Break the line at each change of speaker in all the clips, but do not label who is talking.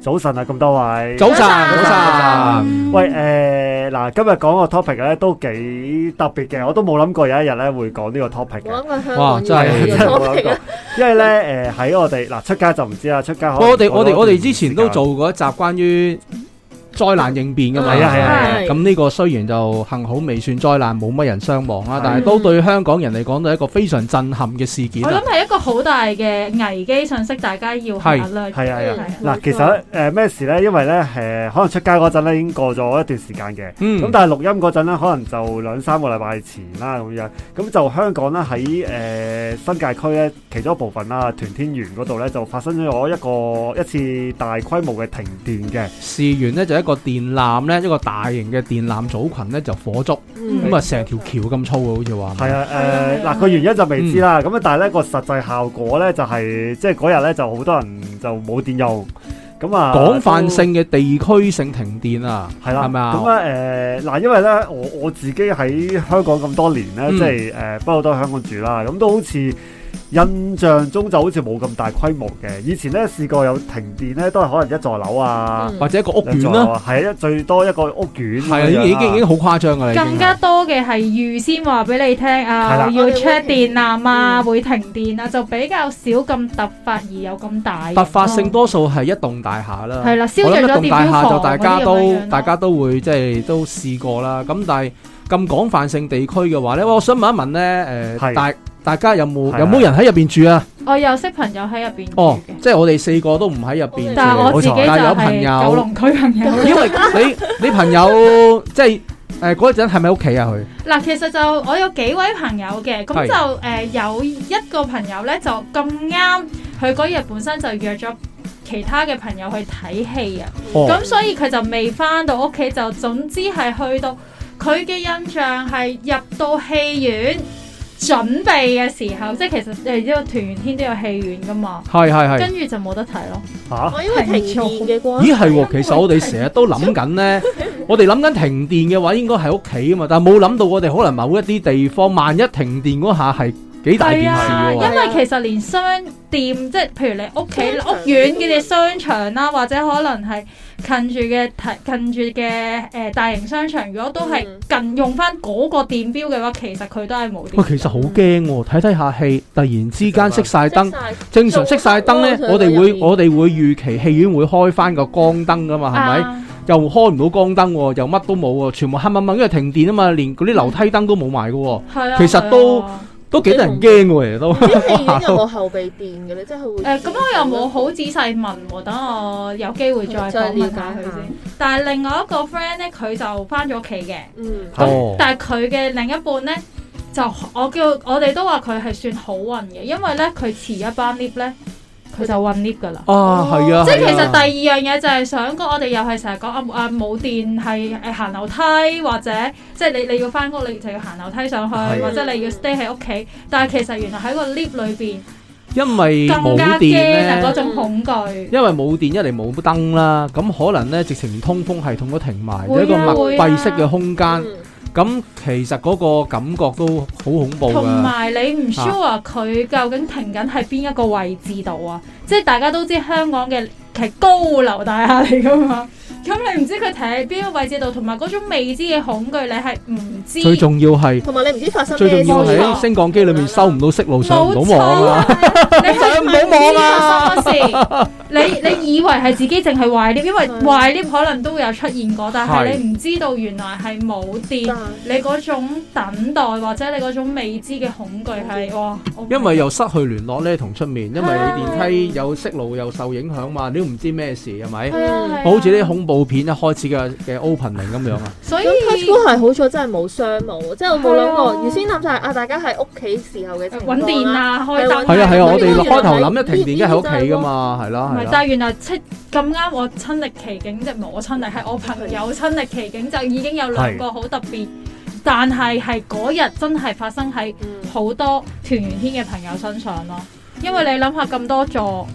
早晨啊，咁多位。
早晨，
早晨。
早晨，
喂，诶、嗱，今日講個 topic 咧都幾特別嘅，我都冇諗過有一日咧會講呢個 topic 嘅，
哇，真係，
真係冇
啊
諗過，因為咧诶喺我哋嗱出街就唔知啦，出街可能
我哋我哋我哋之前都
時間
做過一集關於災難應變噶嘛，
係啊係啊係啊
咁呢個雖然就幸好未算災難，冇乜人傷亡啦
係，
但係都對香港人嚟講都係一個非常震撼嘅事件
我
啊
諗！係一個好大嘅危機信息，大家要
係
考量。
係啊係啊
係
嗱，其實誒咩事咧？因為咧誒，可能出街嗰陣咧已經過咗一段時間嘅，咁、
嗯
但係錄音嗰陣咧，可能就兩三個禮拜前啦咁樣，咁就香港咧喺誒呃新界區咧其中一部分啦，屯天園嗰度咧就發生咗一個一次大規模嘅停電嘅，
事源呢就一個電纜呢，一個大型嘅電纜組群呢就火燭，
嗯
咁啊成條橋咁粗嘅，好似
嗯
話。
係啊嗯
係啊
誒嗱個原因就未知啦，咁、但係咧個實際效果咧就係、即係嗰日咧就好多人就冇電用，咁啊
廣泛性嘅地區性停電啊，
係啦，
係咪啊
咁咧誒嗱，因為咧我我自己喺香港咁多年咧，
嗯
即係誒、不嬲都喺香港住啦，咁都好似印象中就好似冇咁大規模嘅。以前咧試過有停電咧，都係可能一座樓啊，
嗯
或者一個嗯屋
兩
苑
座
啦
樓，啊，係一最多一個屋苑咁樣
係
啦，
啊，已經已經已經好誇張㗎啦，已經
更加多嘅係預先話俾你聽
係啦
啊，要
我哋會
check 電
停
纜啊，
嗯
會停電啊，就比較少咁突發而有咁大嘅
突發性多數係一棟大廈啦。
係啦，燒
我諗
着
一
咗
棟
電
大
表
廈
房
就大家
嗰啲咁樣
都
咯
大家都會即係都試過啦。咁但係咁廣泛性地區嘅話咧，我想問一問咧，誒、
係
大大家有冇
係
有冇人喺入邊住啊？
我有識朋友喺入邊
哦
住嘅，，
即係我哋四個都唔喺入邊住，
但係我自己就
但係有朋
係九
友，
龍區 朋友。
因為你你朋友即係誒嗰陣係咪喺屋企啊？佢
嗱，其實就我有幾位朋友嘅，咁
係
就誒、呃有一個朋友咧就咁啱，佢嗰日本身就約咗其他嘅朋友去睇戲啊，咁、
哦，
所以佢就未翻到屋企，就總之係去到佢嘅印象係入到戲院準備嘅時候，即係其實誒呢個團圓天都有戲院噶嘛，
係係
跟
係。
住就冇得睇咯。
嚇
啊
哦
咦係喎，其實我哋成日都諗 緊咧，我哋諗緊停電嘅話應該喺屋企啊嘛，但係冇諗到我哋可能某一啲地方，萬一停電嗰下係幾大件事
係啊，
喎
因。為其實連商店，即係譬如你屋企
商場
屋苑嘅商場啦，或者可能係近住嘅近住嘅誒大型商場，如果都係
嗯
近用翻嗰個電錶嘅話，其實佢都係冇
喂，
電。
其實好驚喎！睇睇下戲，突然之間熄晒 燈。正常熄晒燈呢，我哋會我哋會預期戲院會開翻個光燈噶嘛，係咪？
啊
又開唔到光燈喎，又乜都冇喎，全部黑掹掹，因為停電啊嘛，連嗰啲樓梯燈都冇埋嘅喎，
係啊，
其實都
係啊
都幾得人驚喎，其實都。
誒咁我又冇好仔細問喎，等我有機會再
再
訪
了
問
解
下
下
佢先。但係另外一個 friend 咧，佢就翻咗屋企嘅。
嗯
係
哦
但係佢嘅另一半咧，就我叫我哋都話佢係算好運嘅，因為咧佢遲一班 lift 咧，佢就運 lift 噶啦。
啊，係啊，
即係其
係
實
啊
第二樣嘢就係想講，我哋又係成日講啊啊冇電係誒行樓梯，或者即係你你要翻屋你就要行樓梯上去，
係
或者你要 stay 喺屋企。但係其實原來喺個 lift 裏邊
因為
更
冇
加
電
驚啊
咧
嗰。種恐懼。
因為冇電，一嚟冇燈啦，咁可能呢，直情連通風系統都停埋，
會啊
一個密
會啊
閉式嘅空間，
嗯
咁其實嗰個感覺都好恐怖
同
㗎。
埋你唔 sure 佢究竟停緊喺邊一個位置度啊？即係大家都知香港嘅係高樓大廈嚟噶嘛，咁你唔知佢停喺邊個位置度，同埋嗰種未知嘅恐懼，你係唔知。
最重要係。最重要
冇
喺
錯
升降機裏面收唔到息路，上唔
冇
到
錯
網啊！
啊！ 你係
上唔到網啊
唔 知發生乜事？你你以為係自己淨係壞 lift，因為
係
壞 lift 可能都會有出現過，但
係
係你唔知道原來係冇電，你嗰種等待或者你嗰種未知嘅恐懼係哇！我
嗯因為又失去聯絡咧，同出面，因為你
係
電梯有息路又受影響嘛，你都唔知咩事係咪？
係啊係啊
好似啲恐怖片一開始嘅嘅 opening 咁樣啊！
所以
啊
揾電啊，開燈
係
係啊係啊，
咁
我哋
呢個
開頭
原來
諗一停電，梗係喺屋企噶嘛，係
唔
啦係
係，
啦。
但係原來即咁啱我親歷其境，即係唔係我親歷，係我朋友親歷其境，就已經有兩個好特別，但係係嗰日真係發生喺
嗯
好多團圓天嘅朋友身上咯。因為你諗下咁多座，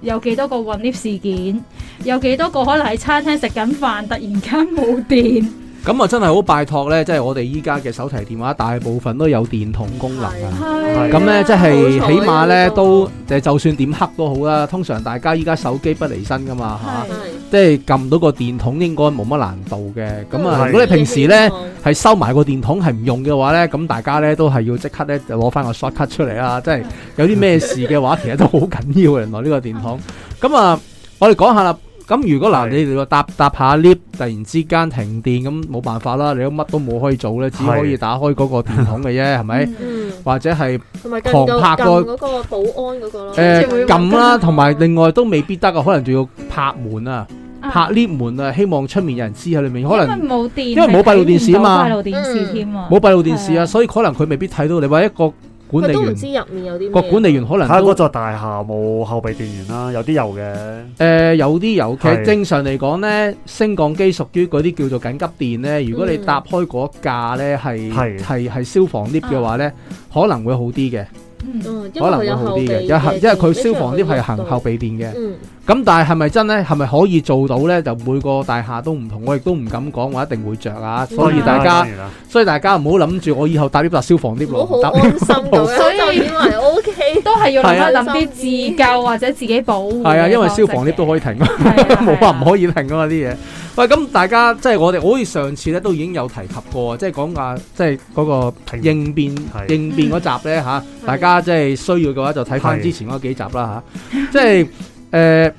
有幾多個混 lift 事件，有幾多個可能喺餐廳食緊飯，突然間冇電，
咁啊真係好拜託咧，即係我哋依家嘅手提電話大部分都有電筒功能啊。
係
係嗯啊
咁咧，即係
好彩
起碼咧
呢個
都誒，就算點黑都好啦。通常大家依家手機不離身噶嘛，嚇，
係
即係撳到個電筒應該冇乜難度嘅。咁啊，
係
如果你平時咧係收埋個電筒係唔用嘅話咧，咁大家咧都係要即刻咧就攞翻個 short cut 出嚟啦。即係有啲咩事嘅話，其實都好緊要嘅。原來呢個電筒。咁啊，我哋講下啦。咁如果嗱，
係
你哋話搭搭下 lift，突然之間停電，咁冇辦法啦，你都乜都冇可以做咧，只可以
係
打開嗰個電筒嘅啫，係咪？
嗯
嗯，
或者係。
同埋撳
狂拍
到
個
撳嗰個保安嗰個咯，
誒
跟住會
撳啦，
跟住
同埋另外都未必得啊，可能仲要拍門啊，
啊
拍 lift 門啊，希望出面有人知喺裏面，可能
因為冇電，
因為冇閉路電視啊嘛
睇唔到閉路電視添啊，
冇閉路電視
係
啊，
啊
所以可能佢未必睇到你，或者個管
佢
理
都唔
員
知入面有啲咩。
個管理員可能
睇下
都
嗰座大廈冇後備電源啦，有啲有嘅，
誒有啲有，其實
係
正常嚟講咧，升降機屬於嗰啲叫做緊急電咧，如果你
嗯
搭開嗰架咧係
係
係係消防 lift 嘅話咧，可能會好啲嘅，
嗯
嗯，因
可
為
能
佢
會
有
好
後
啲嘅，
備
因為因為佢消防 lift
啲
係行後備電嘅。
嗯，
咁但係係咪真呢？係咪可以做到呢？就每個大廈都唔同，我亦都唔敢講話一定會着啊。所以
當然啦
大家，
當然啦
所以大家唔好諗住我以後搭呢搭消防 lift
唔好
咯，搭
好安心 咁
所以
樣就以為 O K。
都係要諗一諗
係啊
啲自救或者自己保護嘅方式嘅。
係啊，因為消防 lift 都可以停，
係啊
冇話唔
係啊
可以停啊嘛啲嘢。喂，咁大家即係我哋好似上次呢都已經有提及過，即係講話即係嗰個
停
應變
嗯係
應變嗰集呢，吓，大家即係需要嘅話就睇翻
係
之前嗰幾集啦吓，即係誒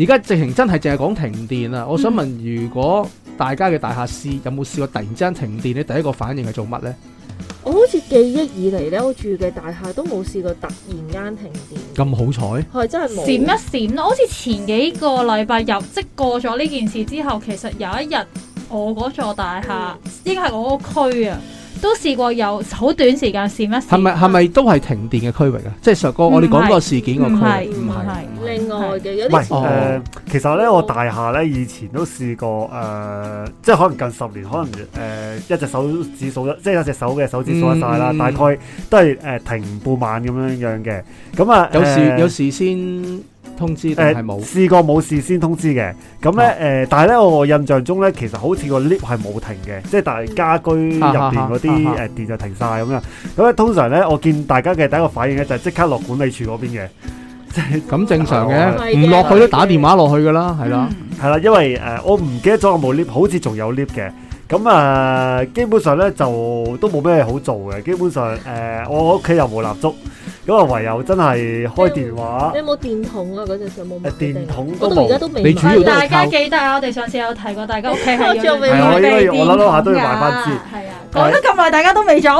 而家直情真係淨係講停電啊！我想問，如果大家嘅大廈試有冇試過突然之間停電？你第一個反應係做乜呢？
我好似記憶以嚟咧，我住嘅大廈都冇試過突然間停電，
咁好彩，
係真係冇。
閃一閃咯，好似前幾個禮拜入即過咗呢件事之後，其實有一日我嗰座大廈，應該係我個區啊，都試過有好短時間閃一閃。
係咪係咪都係停電嘅區域啊？即係上個我哋講個事件個區
唔係
域，唔
唔
係
係
唔係
另外嘅有
唔係
啲似
哦
誒，其實咧我大廈咧以前都試過誒、即係可能近十年，可能誒、一隻手指數得，即係一隻手嘅手指數得晒啦，
嗯
大概都係誒、呃停半晚咁樣樣嘅。咁啊，
有
誒
事有事先通知定
誒
係冇？哦
試過冇事先通知嘅，咁咧誒，但係咧我印象中咧，其實好似個 lift 係冇停嘅，即係但係家居入邊嗰
啊
啲
啊
誒電就停晒咁樣。咁咧通常咧，我見大家嘅第一個反應咧就係即刻落管理處嗰邊嘅，即係
咁正常
唔
嘅，
係嘅
唔落去都打電話落去㗎
嗯
啦，係啦。
係啦，因為誒、呃我唔記得咗有冇 lift，好似仲有 lift 嘅。咁啊、呃基本上咧就都冇咩好做嘅。基本上誒、呃我屋企又冇蠟燭，咁啊唯有真係開電話
你，有冇電筒啊？嗰陣時有冇買
誒電筒
我
都
到而家
冇。
都未買。
你主要
係
都係啊
大家
靠
記得啊！我哋上次有提過，大家屋企 係
我仲未
要
買
預備
係我我諗諗下都要買翻
電
支
筒㗎係啊，講咗咁耐，大家都未做。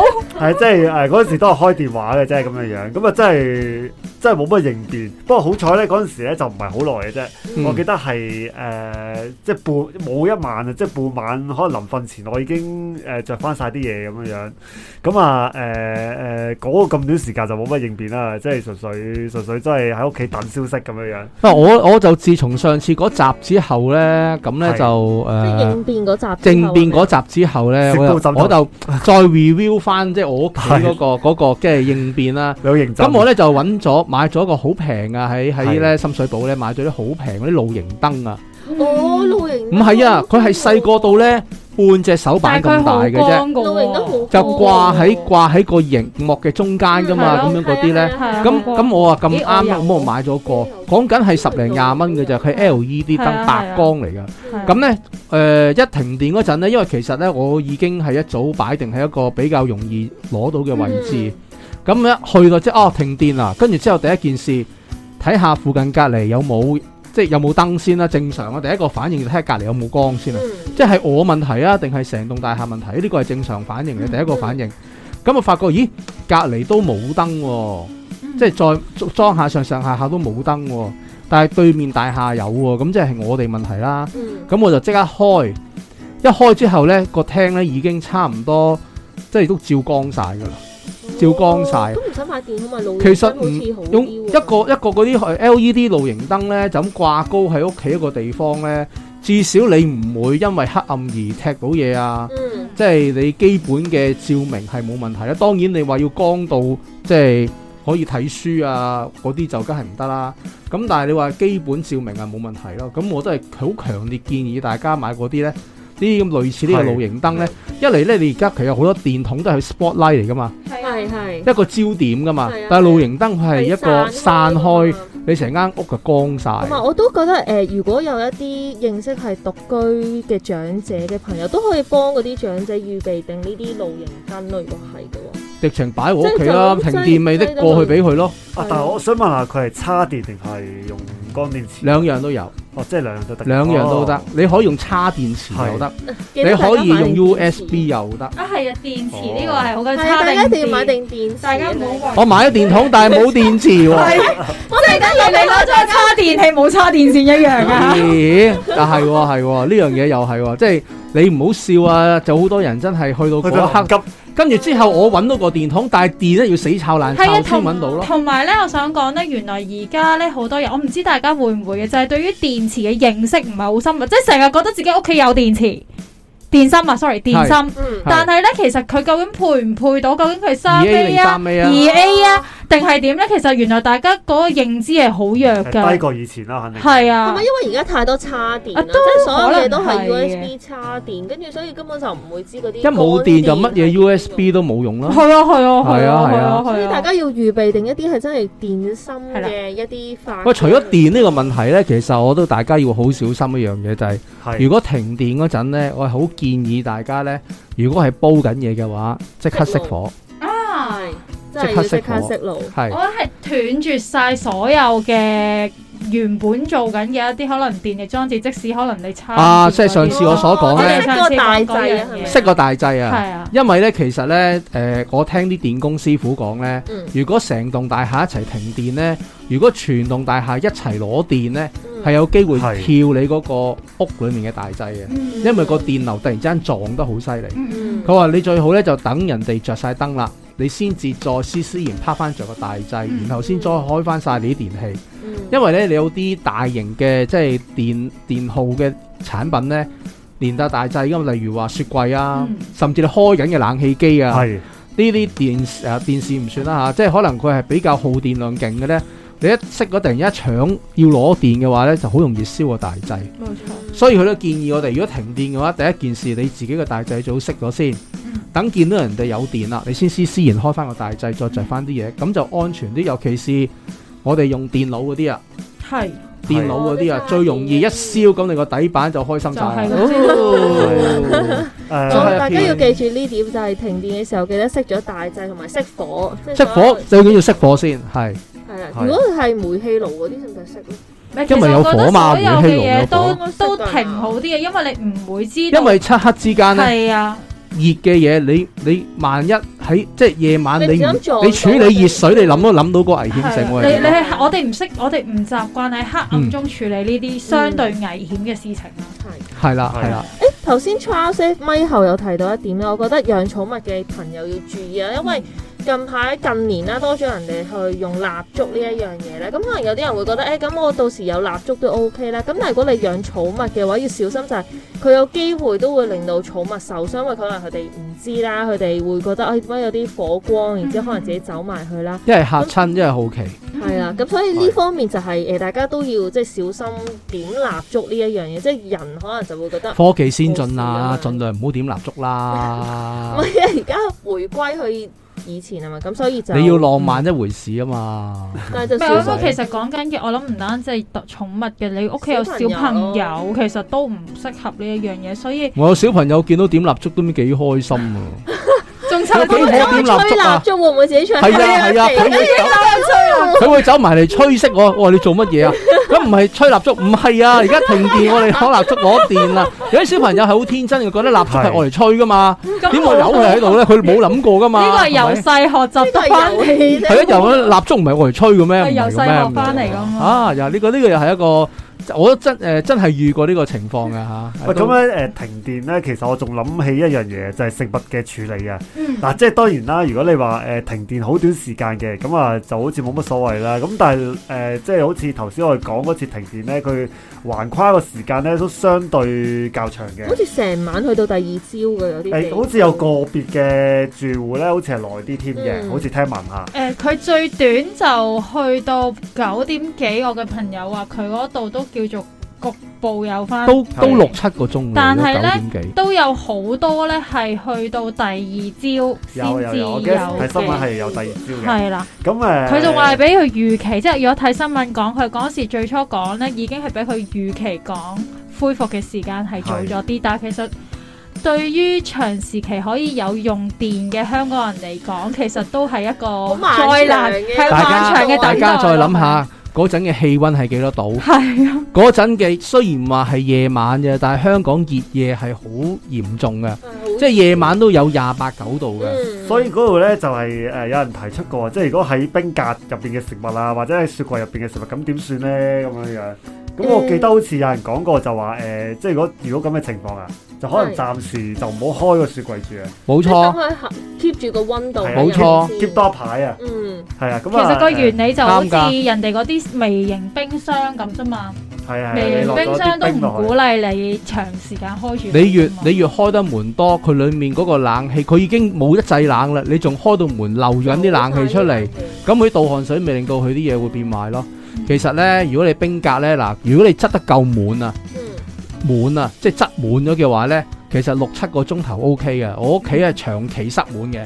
係即係誒嗰陣時都係開電話嘅，即係咁樣樣。咁啊真係呃真係冇乜應變。不過好彩咧，嗰陣時咧就唔係好耐嘅啫。
嗯
我記得係誒、呃即係半冇一晚啊，即係半晚可能臨瞓前我已經誒著翻晒啲嘢咁樣樣。咁啊誒誒嗰個咁短時間就冇乜應變啦，即係純粹純粹真係喺屋企等消息咁樣樣。
啊，我我就自從上次嗰集之後咧，咁咧
係
就
即係
誒
應變嗰集之後，
政變嗰集之後咧，
食
我
到
就
枕頭
我就再 review 翻即係我屋企
係
嗰個嗰個即係應變啦。
你好認真。
咁我咧就揾咗買咗個好平啊，喺喺
係
咧深水埗咧買咗啲好平嗰啲露營燈啊。
哦，露營
唔係啊，佢係細個到咧半隻手
但
板
係佢
咁大
好
嘅啫，
光
露營都
㗎
好
喎，
就掛喺掛喺個熒幕嘅中間㗎嘛，
嗯係
咁
咯
樣嗰啲咧。
係啊
咁咁我啊咁啱啦，
咦我有
咁我買咗個，講緊係十零廿蚊嘅啫，佢係 LED
係啊係
燈
啊
白光嚟㗎。
係啊
咁咧誒一停電嗰陣咧，因為其實咧我已經係一早擺定喺一個比較容易攞到嘅位置。咁、一去到即係哦停電啦，跟住之後第一件事睇下附近隔離有冇即係有冇燈先啦，正常啊。第一個反應就睇下隔離有冇光先啊。即係我問題啊，定係成棟大廈問題？呢個係正常反應嘅
嗯
第一個反應。咁我發覺咦隔離都冇燈喎。即係再裝下上上下下都冇燈喎，但係對面大廈有喎，咁即係我哋問題啦。
咁
咁我就即刻開，一開之後呢個廳呢已經差唔多，即係都照光晒㗎啦。照光晒
都唔使買電筒咪露營
其實
燈好似好
唔用一個一個嗰啲呃係 LED 露營燈呢，就咁掛高喺屋企一個地方呢，至少你唔會因為黑暗而踢到嘢啊。
嗯
即係你基本嘅照明係冇問題啦。當然你話要光到即係可以睇書啊嗰啲就梗係唔得啦。咁但係你話基本照明係冇問題咯。咁我都係好強烈建議大家買嗰啲呢，啲咁類似呢個露營燈咧，一嚟咧你而家其實好多電筒都係 spotlight 嚟噶嘛，
係係
一個焦點噶嘛
係啊，啊
但係露營燈佢係一個散開，
㗎嘛
你成間屋就光晒。
同埋我都覺得誒、呃如果有一啲認識係獨居嘅長者嘅朋友，都可以幫嗰啲長者預備定呢啲露營燈咯。如果係嘅話，
直情擺我屋企啦，
即係
停
就咁
電咪拎過去俾佢咯，
啊，但係我想問下佢係叉電定係用乾電池？
兩樣都有，
哦，即係兩樣都得。
兩樣都得
哦。，
你可以用叉電池
係
又得，你
記得大家
可以
買定
用
電池
USB 又得。
啊係啊，電池呢個係好緊
係
差
大
定
家一定要買定電池。
大家唔好
我買咗電筒，但係冇電池喎。
我哋
跟住你攞咗叉電器冇叉電線 一樣啊！
咦？但係喎，係喎，呢樣嘢又係喎，即係你唔好笑啊！就好多人真係去到
去到
嗰一刻，
急
跟住之後我揾到個電筒，但係電咧要死抄爛
係
抄先
啊，同
揾到咯。
同埋咧，我想講咧，原來而家咧好多人，我唔知大家會唔會嘅，就係、對於電池嘅認識唔係好深啊，即係成日覺得自己屋企有電池、電芯啊，sorry，電芯。
嗯
係
但係咧，其實佢究竟配唔配到？究竟佢
二
三
A 零
A 啊、
三 A
二
啊，
A 啊，定係點咧？其實原來大家嗰個認知係好弱
係低
㗎，
過以前啦，肯定。
係
係
啊
咪。因為而家太多叉電啦，
啊
即
都
係所有嘢都
可能
係
係
USB 叉電，跟住所以根本就唔會知嗰啲
一冇電就乜
乾
嘢
電
USB 都冇用啦。
係啊，係啊，係啊，
係啊
係
係啊
啊，
所以
係
大
啊。
家要預備定一啲係真係電芯
係啦
嘅一啲發。
喂，除咗電呢個問題呢，其實我都大家要好小心一樣嘢，就係
係。
如果停電嗰陣呢，我係好建議大家呢，如果係煲緊嘢嘅話，即刻熄火，
啊！
係，真係要即刻熄爐。
係
我係斷絕晒所有嘅原本做緊嘅一啲可能電力裝置，即使可能你差
啊即係上次我所講呢
咧，
即係嗰個大掣啊
係
係咪
熄個大掣啊！
係啊，
因為呢，其實呢，誒、我聽啲電工師傅講呢，
嗯
如果成棟大廈一齊停電呢，如果全棟大廈一齊攞電呢，
嗯
係有啊機會跳
係
你嗰個屋裡面嘅大掣嘅，
嗯
因為個電流突然之間撞得好犀利。
嗯
佢話你最好呢，就等人哋着晒燈啦，你先至再施施然拍翻着個大掣，
嗯
然後先再開翻晒你啲電器。
嗯
因為呢，你有啲大型嘅即係電電耗嘅產品呢，連帶大掣咁，例如話雪櫃啊，
嗯
甚至你開緊嘅冷氣機啊。
係
呢啲電誒、呃、電視唔算啦嚇、即係可能佢係比較耗電量勁嘅咧。你一熄咗，突然一搶要攞電嘅話咧，就好容易燒個大掣。
冇錯，
所以佢都建議我哋，如果停電嘅話，第一件事你自己個大掣最好熄咗先
嗯，
等見到人哋有電啦，你先先先然開翻個大掣，再着翻啲嘢，咁就安全啲。尤其是我哋用電腦嗰啲啊，
係
電腦嗰啲啊
哦，
最容易一燒咁，你個底板就開心晒啦。
就係
哦
誒
就係
大家要記住呢點，就係停電嘅時候記得熄咗大掣同埋熄火。
熄火最緊要熄火先，係。
係啦，
係
如果係煤氣爐嗰啲，使唔使熄咧？
因為有火嘛
其實我覺得所有嘅嘢
煤
都
氣爐有火
都停好啲嘅，因為你唔會知道，
因為漆黑之間咧。
係啊，
熱嘅嘢，你你萬一喺即係夜晚你
你唔小心撞
唔
到
你處理熱水，你諗都諗到個危險性
係啊
喎。
你
係
你係我哋唔識，我哋唔習慣喺黑暗中處理呢啲相對危險嘅事情啊。
係。
係啦係啦，
頭先 Charles 咪後有提到一點咧，我覺得養寵物嘅朋友要注意啊，因為近排近年啦多咗人哋去用蠟燭呢一樣嘢咧，咁可能有啲人會覺得，誒、咁我到時有蠟燭都 OK 啦。咁但係如果你養寵物嘅話，要小心就係佢有機會都會令到寵物受傷，因為可能佢哋唔知啦，佢哋會覺得，誒點解有啲火光，然之後可能自己走埋去啦。
一係嚇親，一係好奇。
嗯
係啦，咁所以呢方面就係、誒、大家都要即係小心點蠟燭呢一樣嘢，即係人可能就會覺得。
科技先進啦，
冇事啊
盡量唔好點蠟燭啦
唔。係啊，而家回歸去以前啊嘛，咁所以 就
你要浪漫一回事啊嘛。
但係就
唔
小
係，
心
咁其實講緊嘅，我諗唔單止係寵物嘅，你屋企有小朋
小朋
友，其實都唔適合呢一樣嘢，所以
我有小朋友見到點蠟燭都幾開心啊！
仲差
幾可點蠟燭啊
吹蠟燭會唔會自己吹？
係啊係啊，佢會走，佢會走埋嚟吹熄我。我話你做乜嘢啊？咁唔係吹蠟燭，唔係啊！而家停電，我哋攞蠟燭攞電啦。有啲小朋友係好天真嘅，覺得蠟燭係我嚟吹噶嘛。
咁
點會扭佢喺度咧？佢冇諗過噶嘛。
呢個啊係由
係咪
細學習
呢個
得
係
翻
遊戲
係啊，
啫。
由蠟燭唔係我嚟吹嘅咩？
係由
唔係嘅
細
咩
學翻嚟㗎嘛
啊，又呢個呢個又係一個，我真誒真係遇過呢個情況嘅嚇。
喂，咁咧誒停電咧，其實我仲諗起一樣嘢，就係、食物嘅處理啊。
嗯
嗱、即係當然啦，如果你話誒、停電好短時間嘅，咁啊就好似冇乜所謂啦。咁但係誒、即係好似頭先我哋講嗰次停電咧，佢橫跨個時間咧都相對較長嘅
好。似成晚去到第二朝嘅
誒、
有啲地方。啊
好似有個別嘅住戶咧，好似係耐啲添嘅，
嗯
好似聽聞下。
誒佢、最短就去到九點幾，我嘅朋友話佢嗰度都叫做局部有翻，
都都六七個鐘㗎
但係
都
呢
九點幾。
都有好多咧係去到第二朝先
有有
至
有，我記得睇新聞係有第二招嘅。
係啦，
咁誒，
佢仲話係俾佢預期，即係如果睇新聞講，佢嗰時最初講咧已經係俾佢預期講恢復嘅時間係早咗啲，但係其實對於長時期可以有用電嘅香港人嚟講，其實都係一個
漫長嘅
災難，係
大
漫
家
長嘅
大
大
等待啊
家再諗
咯，
下嗰陣嘅氣温係幾多度？
係啊，
嗰陣嘅雖然話係夜晚嘅，但係香港熱夜係好嚴重嘅，即係夜晚都有廿八九度
嗯
嘅。
所以嗰度咧就係、誒、有人提出過，即係如果喺冰格入邊嘅食物啊，或者喺雪櫃入邊嘅食物，咁點算咧？咁樣樣。咁我記得好似有人講過就話誒、即係如果如果咁嘅情況啊，就可能
係
暫時就唔好開個雪櫃住啊
冇錯，
keep 住個温度，
冇
啊錯
，keep 多一排啊，
嗯，
係啊，
其
咁啊，
實個原理就好似
啱㗎
人哋嗰啲微型冰箱咁啫嘛，
係啊，
微型冰箱都唔鼓
啦，
勵你長時間開住佢㗎嘛。
你越你越開得門多，佢裡面嗰個冷氣佢已經冇得制冷啦，你仲開到門漏緊
嗯
啲冷氣出嚟，，咁佢倒汗水咪令到佢啲嘢會變壞咯。其實呢，如果你冰格呢，嗱，如果你執得夠滿啊，
嗯，
滿啊，即係執滿咗嘅話呢，其實六七個鐘頭 O K 嘅。我屋企係長期塞滿嘅，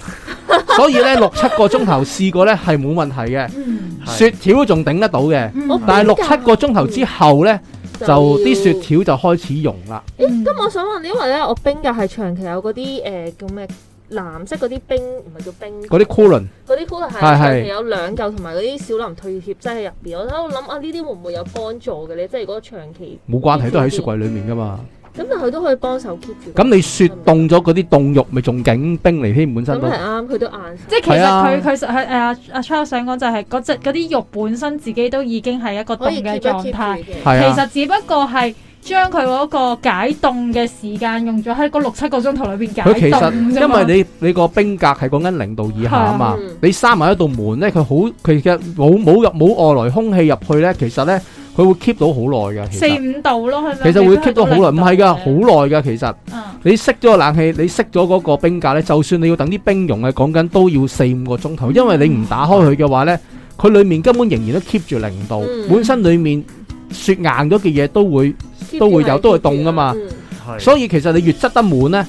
所以呢，六七個鐘頭試過呢係冇問題嘅，
嗯
係
雪條仲頂得到嘅。
嗯
我
但係六七個鐘頭之後呢，就啲雪條就開始溶啦。
嗯
咁我想問，因為咧我冰格係長期有嗰啲誒叫咩藍色嗰啲冰，唔係叫冰，
嗰啲 coolant
嗰啲 cooler 係
係係
長期有兩嚿同埋嗰啲小林退熱劑喺入邊。我喺度諗啊，呢啲會唔會有幫助嘅咧？即係如果長期
冇關係，都喺雪櫃裡面噶嘛。
咁，但係佢都可以幫手 keep 住。
咁你雪凍咗嗰啲凍肉，咪仲勁冰嚟添，本
咁啊
身都
係啱，佢都硬晒。
即係其實
係啊
佢佢實係誒阿阿 Charles 想講就係嗰只嗰啲肉本身自己都已經係一個
可
凍
以 keep
嘅
一
狀
keep
態，
住嘅。
係
其
啊。
實只不過係將佢嗰個解凍嘅時間用咗喺嗰六七個鐘頭裏邊解
佢其
凍
實
啫
因
嘛。
為你你個冰格係講緊零度以下啊嘛
係啊，
你閂埋一道門咧，佢好佢嘅冇冇入冇外來空氣入去咧，其實咧佢會 keep 到好耐嘅。其
四
實
五度咯，佢咪
其實會
未必
keep 到好耐，唔係㗎，好耐㗎其實。
好
你熄咗個冷氣，你熄咗嗰個冰格咧，就算你要等啲冰融嘅，講緊都要四五個鐘頭，
嗯
因為你唔打開佢嘅話咧，佢裡面根本仍然都 keep 住零度，
嗯
本身裡面雪硬咗嘅嘢都會。 都會有都會凍㗎嘛
嗯
係
所以其實你越執得滿呢，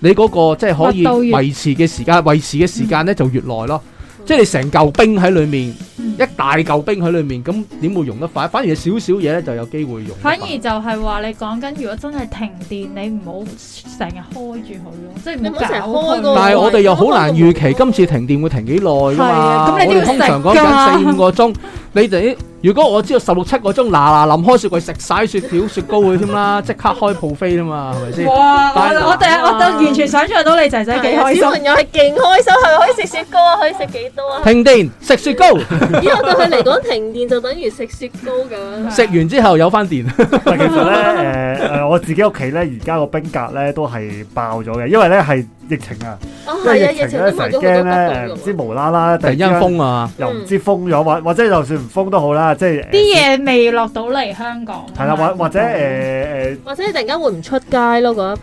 你嗰個即係可
密度
以
越
維持嘅時間，維持嘅時間呢就越耐咯。
嗯
即係你成嚿冰喺裏面，
嗯
一大嚿冰喺裏面，咁點會溶得快？反而少少嘢呢就有機會溶得快。
反而就係話你講緊，如果真係停電，你唔好成日開住佢咯，即係
你唔
唔
好成日
好
開
搞
個
佢。
但係我哋又好難預期
咁
今次停電會停幾耐㗎
係
嘛？
啊咁你都
我
要
哋通常講
食㗎
緊四五個鐘，你哋如果我知道十六七個鐘嗱嗱臨開雪櫃食晒雪條雪糕佢添啦， 即刻開鋪飛啦嘛，係咪先？
哇！
但係
我我第我就完全想象到你仔仔幾開
小
心。
朋友係勁開心，係咪可以食雪糕啊？可以食幾多 啊？
停電食雪糕，
因為對佢嚟講，停電就等於食雪糕咁樣。
食完之後有翻電。
但其實咧，誒、誒，我自己屋企咧，而家個冰格咧都係爆咗嘅，因為咧係疫情啊，
啊，
因為
係啊，
疫
疫
情
情
咧
都
成
買
日
咗好多
驚咧，誒，唔知
不
無啦啦
突然間封啊！
又唔知封咗，或或者就算唔封都好啦，即係
嗯
呃
啲嘢啊未落到嚟香港。
係啦，或或者誒呃誒
或者你突然間會唔出街咯嗰一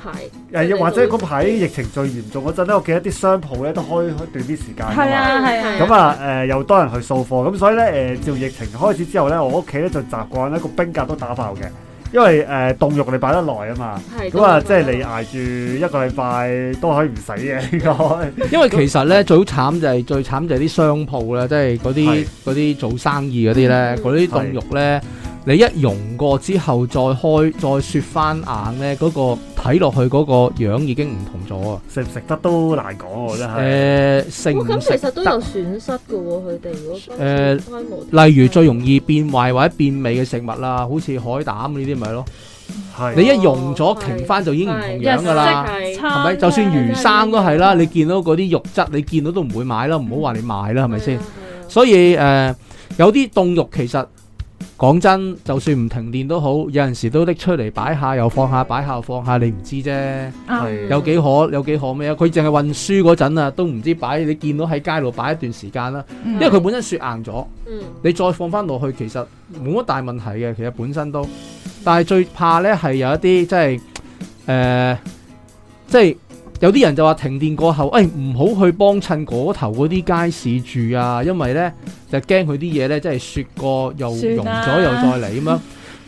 排。
誒，或者嗰排疫情最嚴重嗰陣咧，我記得啲商鋪咧都開開短啲時間㗎嘛
係啊係啊，
咁啊誒又多人去掃貨，咁所以咧誒，自從疫情開始之後咧，我屋企咧就習慣咧個冰格都打爆嘅，因為誒凍肉你擺得耐啊嘛，
係
咁啊即係你捱住一個禮拜都可以唔使嘅應該，
因為其實咧最慘就係最慘就係啲商鋪咧，即係
係
嗰
嗯
啲嗰啲做生意嗰啲咧，嗰啲凍肉咧，你一溶過之後再開再雪翻硬咧，嗰、個睇落去嗰個樣已經唔同咗啊！
食唔食得都難講喎真
誒、
係，
食
哇
唔
咁其
食
實都有
得？
損失嘅喎，佢哋如果
誒
規模
例如最容易變壞或者變味嘅食物啦，好似海膽呢啲咪咯，
哦係
你一溶咗
係
瓊翻就已經唔同樣㗎
啦
啦，
係
係咪？就算魚生都係啦，你見到嗰啲肉質，你見到都唔會買啦，唔好話你買啦，係咪先？？
啊
所以誒、呃有啲凍肉其實講真，就算唔停電都好，有陣時都拎出嚟擺下，又放下，擺下又放下，你唔知啫。
啊
係
有幾可有幾可咩啊？佢淨係運輸嗰陣啊，都唔知擺，你見到喺街度擺一段時間啦。
嗯
因為佢本身雪硬咗，
嗯
你再放翻落去，其實冇乜大問題嘅。其實本身都，但係最怕呢係有一啲即係誒、呃即係。有啲人就話停電過後，誒唔好去幫襯嗰頭嗰啲街市住啊，因為呢就驚佢啲嘢呢，即係雪過又
算
溶
啦
咗又再嚟咁樣。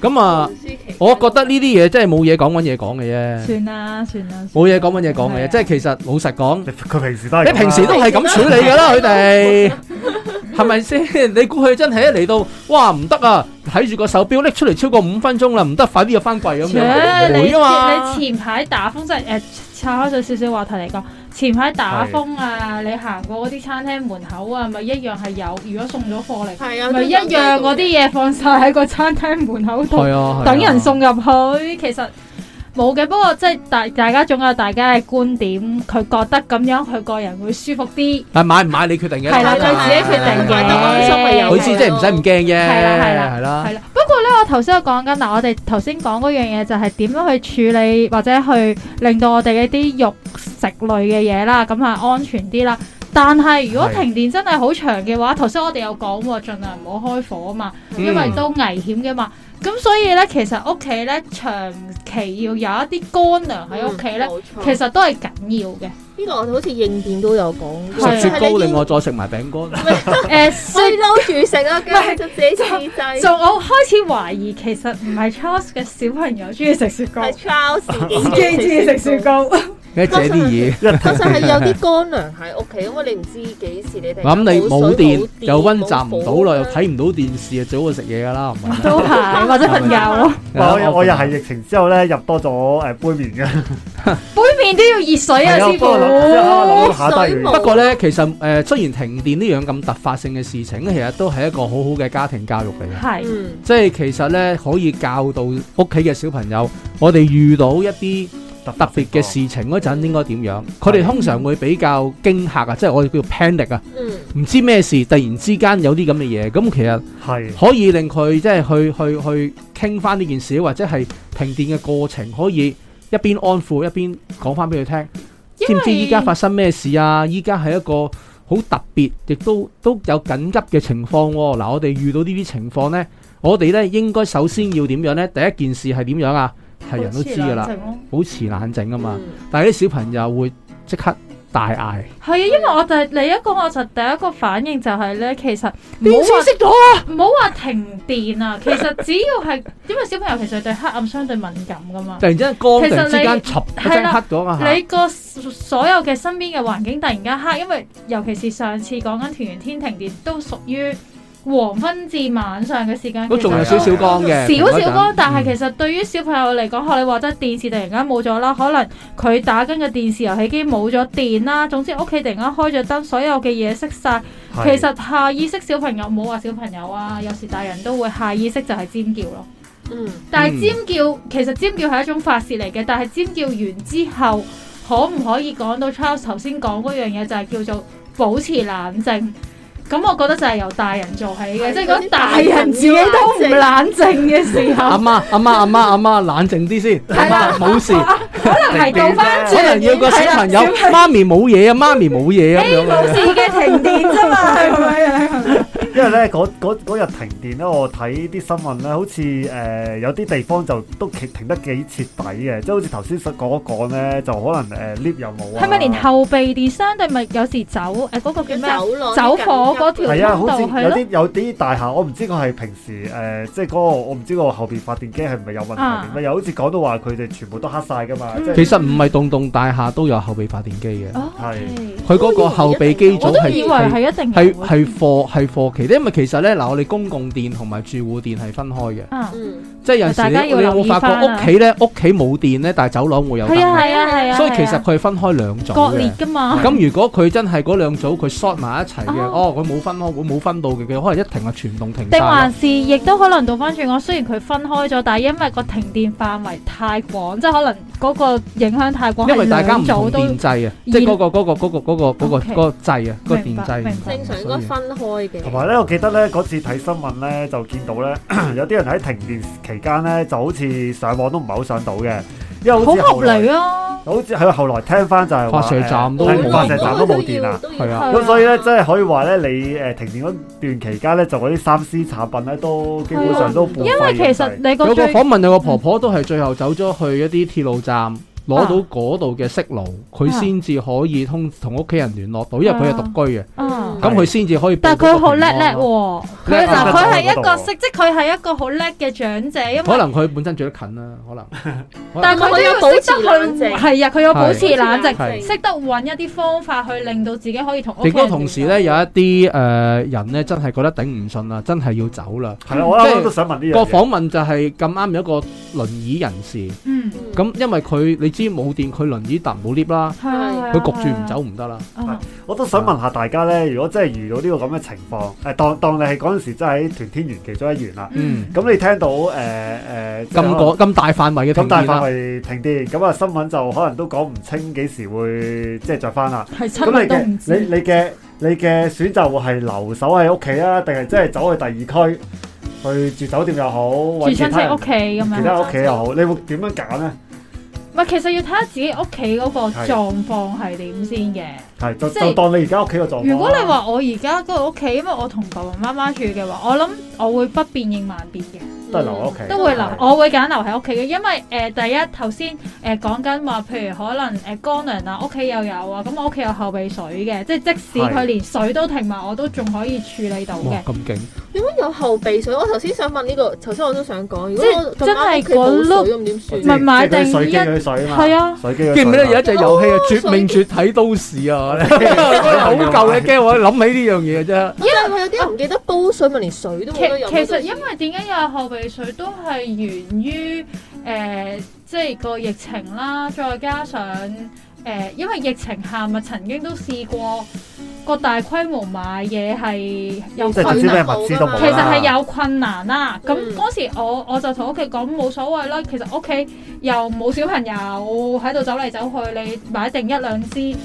咁啊，
舒淇
我覺得呢啲嘢真係冇嘢講揾嘢講嘅啫，
嗯算啦算啦，
冇嘢講揾嘢講嘅
係啊
啫。即係其實老實講，
佢平時都係咁啊
你
啦
平時都係咁處理㗎啦，佢 哋係咪先？你估佢真係一嚟到，哇唔得啊！睇住個手錶拎出嚟超過五分鐘啦，唔得，快啲入翻櫃咁
切
樣，
你
會啊嘛。
你前排打風真係誒岔開咗少少話題嚟講，前排打風啊，你行過嗰啲餐廳門口啊，咪一樣係有，如果送咗貨嚟，
係啊，
咪一樣嗰啲嘢放晒喺個餐廳門口度
係啊，係啊
等人送入去，其實冇嘅。不過即係大大家總有大家嘅觀點，佢覺得咁樣佢個人會舒服啲，
但買唔買你決定嘅，
係啦，
就
佢自己決定嘅。
買得安心咪有
佢知即係唔使唔驚嘅，
係啦係啦
係啦
係啦，不過咧，我頭先有講緊嗱，我哋頭先講嗰樣嘢就係點樣去處理或者去令到我哋一啲肉食類嘅嘢啦，咁係啊安全啲啦。但係如果
係
停電真係好長嘅話，頭先我哋有講喎，盡量唔好開火啊嘛，
嗯
因為都危險嘅嘛。咁所以咧，其實屋企咧長期要有一啲乾糧喺啊屋企咧，其實都係緊要嘅。
嗯呢個我哋好似應變都有講
啊
過，
食雪糕，另外
我
再食埋餅乾。
誒，所
衰
以
嬲住食啊，
唔係
跟住就自己自製，
就我開始懷疑，其實唔係 Charles 嘅小朋友中意食雪糕
係。trial 自己
自己中意食雪。糕，
你借啲嘢，
確實係有啲乾糧喺屋企，因為你唔知幾時你哋
咁你冇電又温習
習
唔到啦，又睇唔到電視啊，最好食嘢噶啦，唔係咩
都係或者瞓覺咯。
啊
我我又係疫情之後咧入多咗呃誒杯麵嘅，
杯麵都要熱水啊，師
不過
傅。
諗下低
水
如
母
不過咧，其實誒、呃、雖然停電呢樣咁突發性嘅事情，其實都係一個好好嘅家庭教育嚟嘅。
係
嗯，
即係其實咧，可以教導屋企嘅小朋友，我哋遇到一啲
特
特別嘅事情嗰陣應該點樣。佢哋通常會比較驚嚇啊，即係我哋叫 panic 啊，
嗯，
唔知咩事，突然之間有啲咁嘅嘢。咁其實
係
可以令佢即係去去去傾翻呢件事，或者係停電嘅過程，可以一邊安撫一邊講翻俾佢聽。知
因
唔知依家
為
發生咩事啊？依家係一個好特別，亦都都有緊急嘅情況喎、嗱，我哋遇到呢啲情況呢，我哋呢應該首先要點樣呢？第一件事係點樣啊？係人都知噶啦，保持冷靜啊嘛。
嗯
但係啲小朋友會即刻大嗌，
係啊，因為我就係你一講，我就第一個反應就係咧，其實唔
邊
好
消息咗啊？
話唔好話停電啊，其實只要係因為小朋友其實對黑暗相對敏感噶嘛。
突然之間光，
其實
突然之間
你
沉一
係
聲
啦
黑咗啊！嚇
你個所有嘅身邊嘅環境突然間黑，因為尤其是上次講緊團圓天停電，都屬於黃昏至晚上嘅時間。
都仲有少少光嘅，
少少光，但係
嗯
其實對於小朋友嚟講，學你話齋電視突然間冇咗啦，可能佢打緊嘅電視遊戲機冇咗電啦，總之屋企突然間開咗燈，所有嘅嘢熄晒。其實下意識小朋友冇話小朋友啊，有時大人都會下意識就係尖叫咯。
嗯，
但係尖叫其實尖叫係一種發泄嚟嘅，但係尖叫完之後，可唔可以講到 Charles 頭先講嗰樣嘢，就係叫做保持冷靜？咁我覺得就係由大人做起嘅，
係
即係講大人自己都唔冷靜嘅時候
阿。媽阿媽阿媽阿媽冷靜啲先，
係啦
阿媽冇事，
可能係倒翻轉，
可能要個小朋友
係啦
媽咪冇嘢啊，媽咪冇嘢咁樣
小朋友冇
啊。
事嘅停電啫嘛，係咪？
因為咧嗰嗰嗰日停電咧，我睇啲新聞咧，好似誒、呃有啲地方就都停停得幾徹底嘅，即係好似頭先所講講咧，就可能誒 lift 又冇啊，
係咪連後備電箱對咪有時走誒嗰個叫咩啊？
走廊
走火嗰條
係啊，好似
通道係
有
咯，
啲有啲大廈，我唔知佢係平時誒、呃即係嗰、個我唔知個後邊發電機係唔係有問題定咩，又好似講到話佢哋全部都黑晒噶嘛，
啊嗯
即係
其實唔係棟棟大廈都有後備發電機嘅，
哦
係
OK
佢嗰個後備機
我
組
都以為
係
係一定
係
有
係貨係貨期，因為其實咧嗱，我哋公共電同埋住戶電係分開嘅，
啊，
嗯，
即係有時
大家
你
要
你有冇發覺
留意返啊
屋企咧屋企冇電咧，但係走廊會有燈
係啊
嘅，
係啊係啊，
所以其實佢係分開兩種
割裂
嘅。
噶嘛，
咁如果佢真係嗰兩組佢 short 埋一齊嘅，哦
哦，
佢冇分開，佢冇分到嘅，佢可能一停啊全棟停晒
定
咯。
還是亦都可能倒翻轉。我雖然佢分開咗，但係因為個停電範圍太廣，即係可能嗰個影響太廣，
因為大家唔
係兩
同
組都
電掣啊，
都
即係嗰個嗰個嗰個嗰個嗰個
OK
嗰個掣啊，個電
明白
掣唔
明
同
白
正常應
所
該
以
分開嘅。
同埋咧，我記得咧嗰次睇新聞咧，就見到 咧有啲人喺停電期間咧，就好似上網都唔係好上到嘅，因為好似
好
後
合理
來
啊！
好似佢後來聽翻就係話
發射站都
誒
冇啊
係發射站都冇電啦。
係啊
咁所以咧，真係可以話咧，你誒停電嗰段期間咧，就嗰啲三 C 產品咧，都基本上都
係啊
報廢
因為
嘅
其實你個
有個
最
訪問有個婆婆都係最後走咗去一啲鐵路站，攞
嗯
到嗰度嘅息路，佢先至可以通同屋企人聯絡到，因為佢係獨居嘅，
啊
咁
咁佢先至可以報
但係
到
佢
個
好叻
平安
叻
咯，
喎，
叻
佢
啊
嗱佢係一個
叻啊
識，即係佢係一個好叻嘅長者，因
可
為
能佢本身住得近啦，可 能。
但係佢都要
佢有保
識
持冷
得
靜
去，係啊，佢有保持
係
冷靜，
係
識得揾一啲方法去令到自己可以同屋企
亦
人
都同時咧，有
聯
一
絡
啲誒、呃人咧，真係覺得頂唔順啦，真係要走啦。
係啊啦，我啱啱
即
都
係
想問呢樣
個
嘢。
訪問就係咁啱有一個輪椅人士，
嗯，
咁
咁因為佢你知冇電，佢輪椅搭唔到 lift 啦，
係啊
佢焗住唔走，唔得啦。
係啊
我都想問下大家咧，如果真係遇到呢個咁嘅情況，誒、當當你係嗰陣時真係喺團天園其中一員啦，
嗯
咁你聽到誒誒
咁嗰咁大範圍
咁
嘅停
大
電
範
啦，
圍停電，咁啊新聞就可能都講唔清幾時會即係着翻啦。
係
咁
親密
你
都
嘅
唔
你
知，
你嘅你嘅選擇會係留守喺屋企啊，定係真係走去第二區去住酒店又好，
住
揾
親
其他
戚
人
屋企咁樣
其。他屋企又好，你會點樣揀咧？
唔係，其實要睇下自己屋企嗰個
係
狀況係點先嘅。
係就
即係
就當你而家屋企個狀況啦。
如果你話我而家嗰個屋企，因為我同爸爸媽媽住嘅話，我諗我會不變應萬變嘅，
都係留喺屋企
都會留
係，
我會揀留喺屋企嘅，因為誒、呃第一頭先誒講緊話，譬如可能誒乾糧啊，屋企又有啊，咁我屋企有後備水嘅，即係即使
係
佢連水都停埋，我都仲可以處理到
哇
嘅。
咁勁！
如果有後備水，我頭先想問呢個，頭先我都想講，如果我
即
咁
係真
啱屋
係
企冇水咁點
我
算
知？
咪買
即係佢
定
水機
一
嗰啲水啊嘛，
係啊，
水機嗰啲
記唔記得
水
有
啊
一隻遊戲啊
哦
《絕命絕體都市》 啊？好舊嘅 game，我諗起呢樣嘢啫。
因為有啲人唔記得煲水，咪連水都
其
冇得飲。
其實因為點解有後備水都係源於誒、呃即係個疫情啦，再加上誒、呃因為疫情下咪曾經都試過個大規模買嘢係有
即係
困
總之
難。
咩物資都冇啦。
其實係有困難啦，咁
嗯
嗰時我我就同屋企講冇所謂啦，其實屋企又冇小朋友喺度走嚟走去，你買定一兩支誒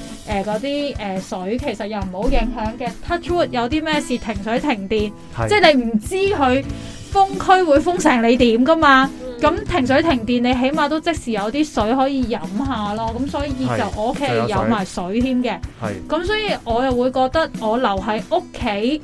嗰啲誒水，其實又唔好影響嘅。Touch wood 有啲咩事停水停電。
係
即係你唔知佢封區會封成你點噶嘛？咁停水停電，你起碼都即時有啲水可以飲下咯。咁所以
係
就我屋企
就有水
有埋水添嘅。
係
咁所以我又會覺得我留喺屋企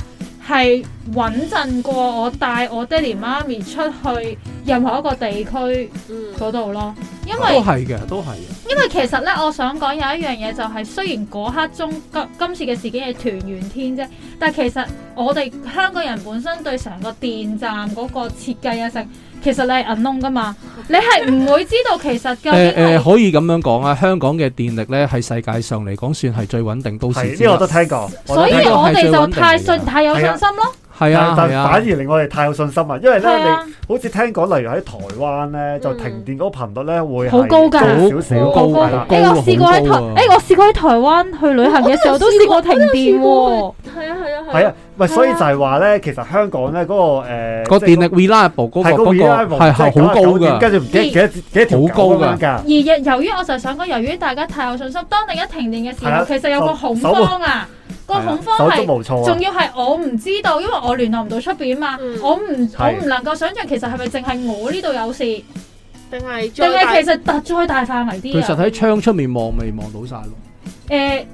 係穩陣過我帶我爹哋媽咪出去任何一個地區
嗯
嗰度咯。因為
都係嘅，都係嘅。
因為其實咧，我想講有一樣嘢就係、雖然嗰刻中今今次嘅事件係團圓天啫，但係其實我哋香港人本身對成個電站嗰個設計啊成，其實你係 unknown 噶嘛，你係唔會知道其實究竟
誒
係
誒，可以咁樣講啊，香港嘅電力咧喺世界上嚟講算係最穩定都市
係呢
之一。
個我都聽過，我都
所以
聽過
我哋就太
係最穩定嚟
信
㗎
太有信心咯，
係啊
但但
係
反而
啊，
令我哋太有信心啊，因為咧
係
你。
啊，
好似聽講，例如喺台灣咧，
嗯
就停電嗰個頻率咧會係
好高㗎
高少少，
好高
係
誒
啦
高啊
我試過喺台
好高啊
誒我試過喺台灣去旅行嘅時候都試過停電喎，
係啊係啊
係啊，咪
係啊
所以就係話咧，其實香港咧嗰個呃誒
個電力 reliable 嗰個
係個
嗰個
reliable，即
係係
99
好高
點
㗎。
跟住唔知幾多幾多條
好高
狗咁樣
㗎
㗎
而，亦由於我就想講，由於大家太有信心，當你一停電嘅時
係
候，
啊
其實有個
手
恐
手
慌啊，個
係啊
恐慌
手
係
足。無措啊
仲！要係我唔知道，因為我聯絡唔到出邊嘛，
嗯
我唔我
係
唔能夠想像其實係咪淨係我呢度有事，定
定係再
係
大
其實突再大範圍
其
啲
實
啊？
喺窗出面望咪望到晒咯。
誒、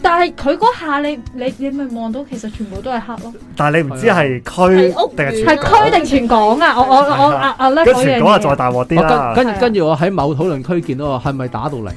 但係佢嗰下你你你咪望到其實全部都係黑咯，
但係你唔知係區
係屋
定係
苑
全
係
港
區定全港啊！我我我
係
啊
啊
啊咧
跟
嗰
住
樣
全港啊再
嘢，
大鑊啲
我
啦，
跟
係啊
跟跟住我喺某討論區見到我係咪打到嚟？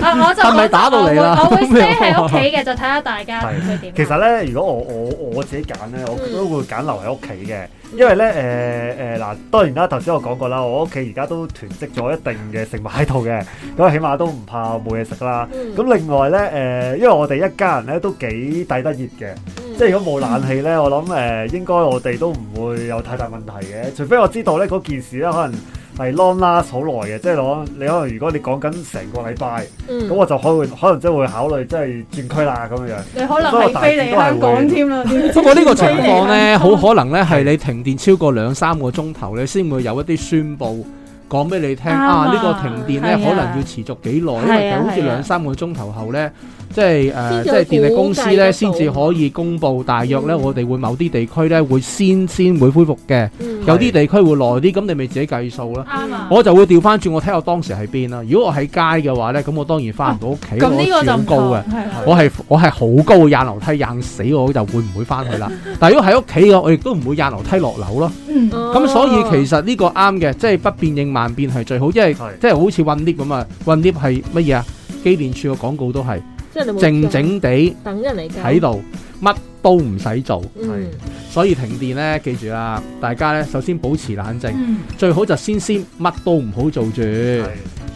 啊我 就
係咪打到你啦
我會我會
咁樣
stay 喺屋企嘅，就睇下大家
係
會點啊。
其實咧，如果我我我自己揀咧，我
嗯
都會揀留喺屋企嘅，因為咧誒誒嗱，當然啦，頭先我講過啦，我屋企而家都囤積咗一定嘅食物喺度嘅，咁起碼都唔怕冇嘢食啦。
嗯
咁另外咧誒、因為我哋一家人咧都幾抵得熱嘅，
嗯
即係如果冇冷氣咧，我諗誒、應該我哋都唔會有太大問題嘅，除非我知道咧嗰件事咧可能。係 long last 好耐嘅，即係攞你可能如果你講緊成個禮拜，咁
咁
我就可會可能真係會考慮即係轉區啦咁樣。
你可能係飛嚟香港添啦，點 知
不過呢個情況呢，好可能呢係你停電超過兩三個鐘頭，你先會有一啲宣佈講俾你聽
啱
啊！
啊
呢個停電呢
係啊
可能要持續幾耐，因
係
為
啊
好似
係啊
兩三個鐘頭後呢，即係誒，
先
即
至
係電力公司呢
估計
先
得到
至可以公佈，大約呢，
嗯
我哋會某啲地區呢會先先會恢復嘅，有啲地區會耐啲，咁你咪自己計數啦。
啱啊！
我就會調翻轉，我睇我當時喺邊啦。如果我喺街嘅話呢，咁我當然翻唔到屋企，
咁呢
我
個
住
就
好
唔
高嘅。
同係啦
我係我係好高嘅，硬樓梯硬死我就會唔會翻去啦。但係如果喺屋企嘅，我亦都唔會硬樓梯落樓咯。
嗯。
咁所以其實呢個啱嘅，即係不變應萬變係最好，因為
係
即係好似混 lift 咁啊，混 lift 係乜嘢啊？機電處個廣告都係
即係你冇
靜靜地
等人嚟
喺
睇，
度，乜都唔使做。
嗯，
所以停電呢，記住啦，大家呢首先保持冷靜，
嗯，
最好就先先乜都唔好做住，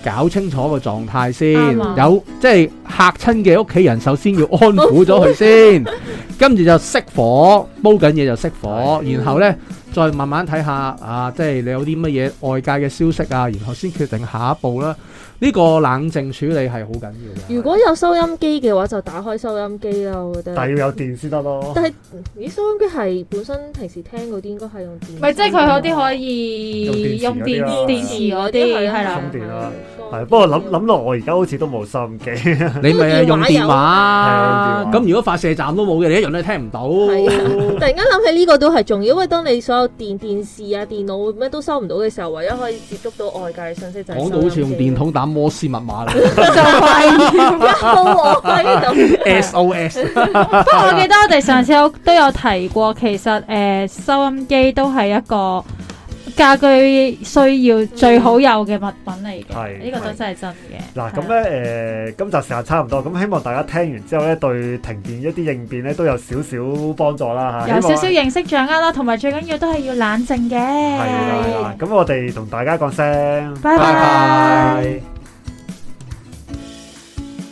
搞清楚個狀態先。
啱啊
有即係嚇親嘅屋企人，首先要安撫咗佢先， 跟住就熄火，煲緊嘢就熄火，
係
然後呢，再慢慢睇下啊，即係你有啲乜嘢外界嘅消息啊，然後先決定下一步啦。呢、個冷靜處理係好緊要嘅。
如果有收音機嘅話，就打開收音機啦，我覺
嗯
得。
但係要有電先得咯。
但係咦，收音機係本身平時聽嗰啲應該係用電，
咪即係佢嗰啲可以
用
用
電池
電
嗰啲啊
電池嗰啲係啦
充，電啦係，不過諗
嗯
諗落，我而家好似都冇收音機，
你咪用電話
啊
係用電話，
咁如果發射站都冇嘅，你一樣都聽唔到。
係啊，突然間諗起呢個都係重要，因為當你所有電電視啊、電腦咩都收唔到嘅時候，唯一可以接觸到外界嘅信息就係
講到好似用 電筒打摩斯密碼啦
收音機，
，SOS
不過我記得我哋上次有都有提過，其實誒、呃收音機都係一個家居需要最好有嘅物品嚟嘅，
係
呢個都真係真嘅。
嗱，咁
啊
咧誒，今集時間差唔多，咁希望大家聽完之後咧，對停電一啲應變咧都有少少幫助啦嚇。希
有少
望
少認識掌握啦，同埋最緊要都係要冷靜嘅。
係啦係啦，咁我哋同大家講聲，
拜
拜拜。
拜。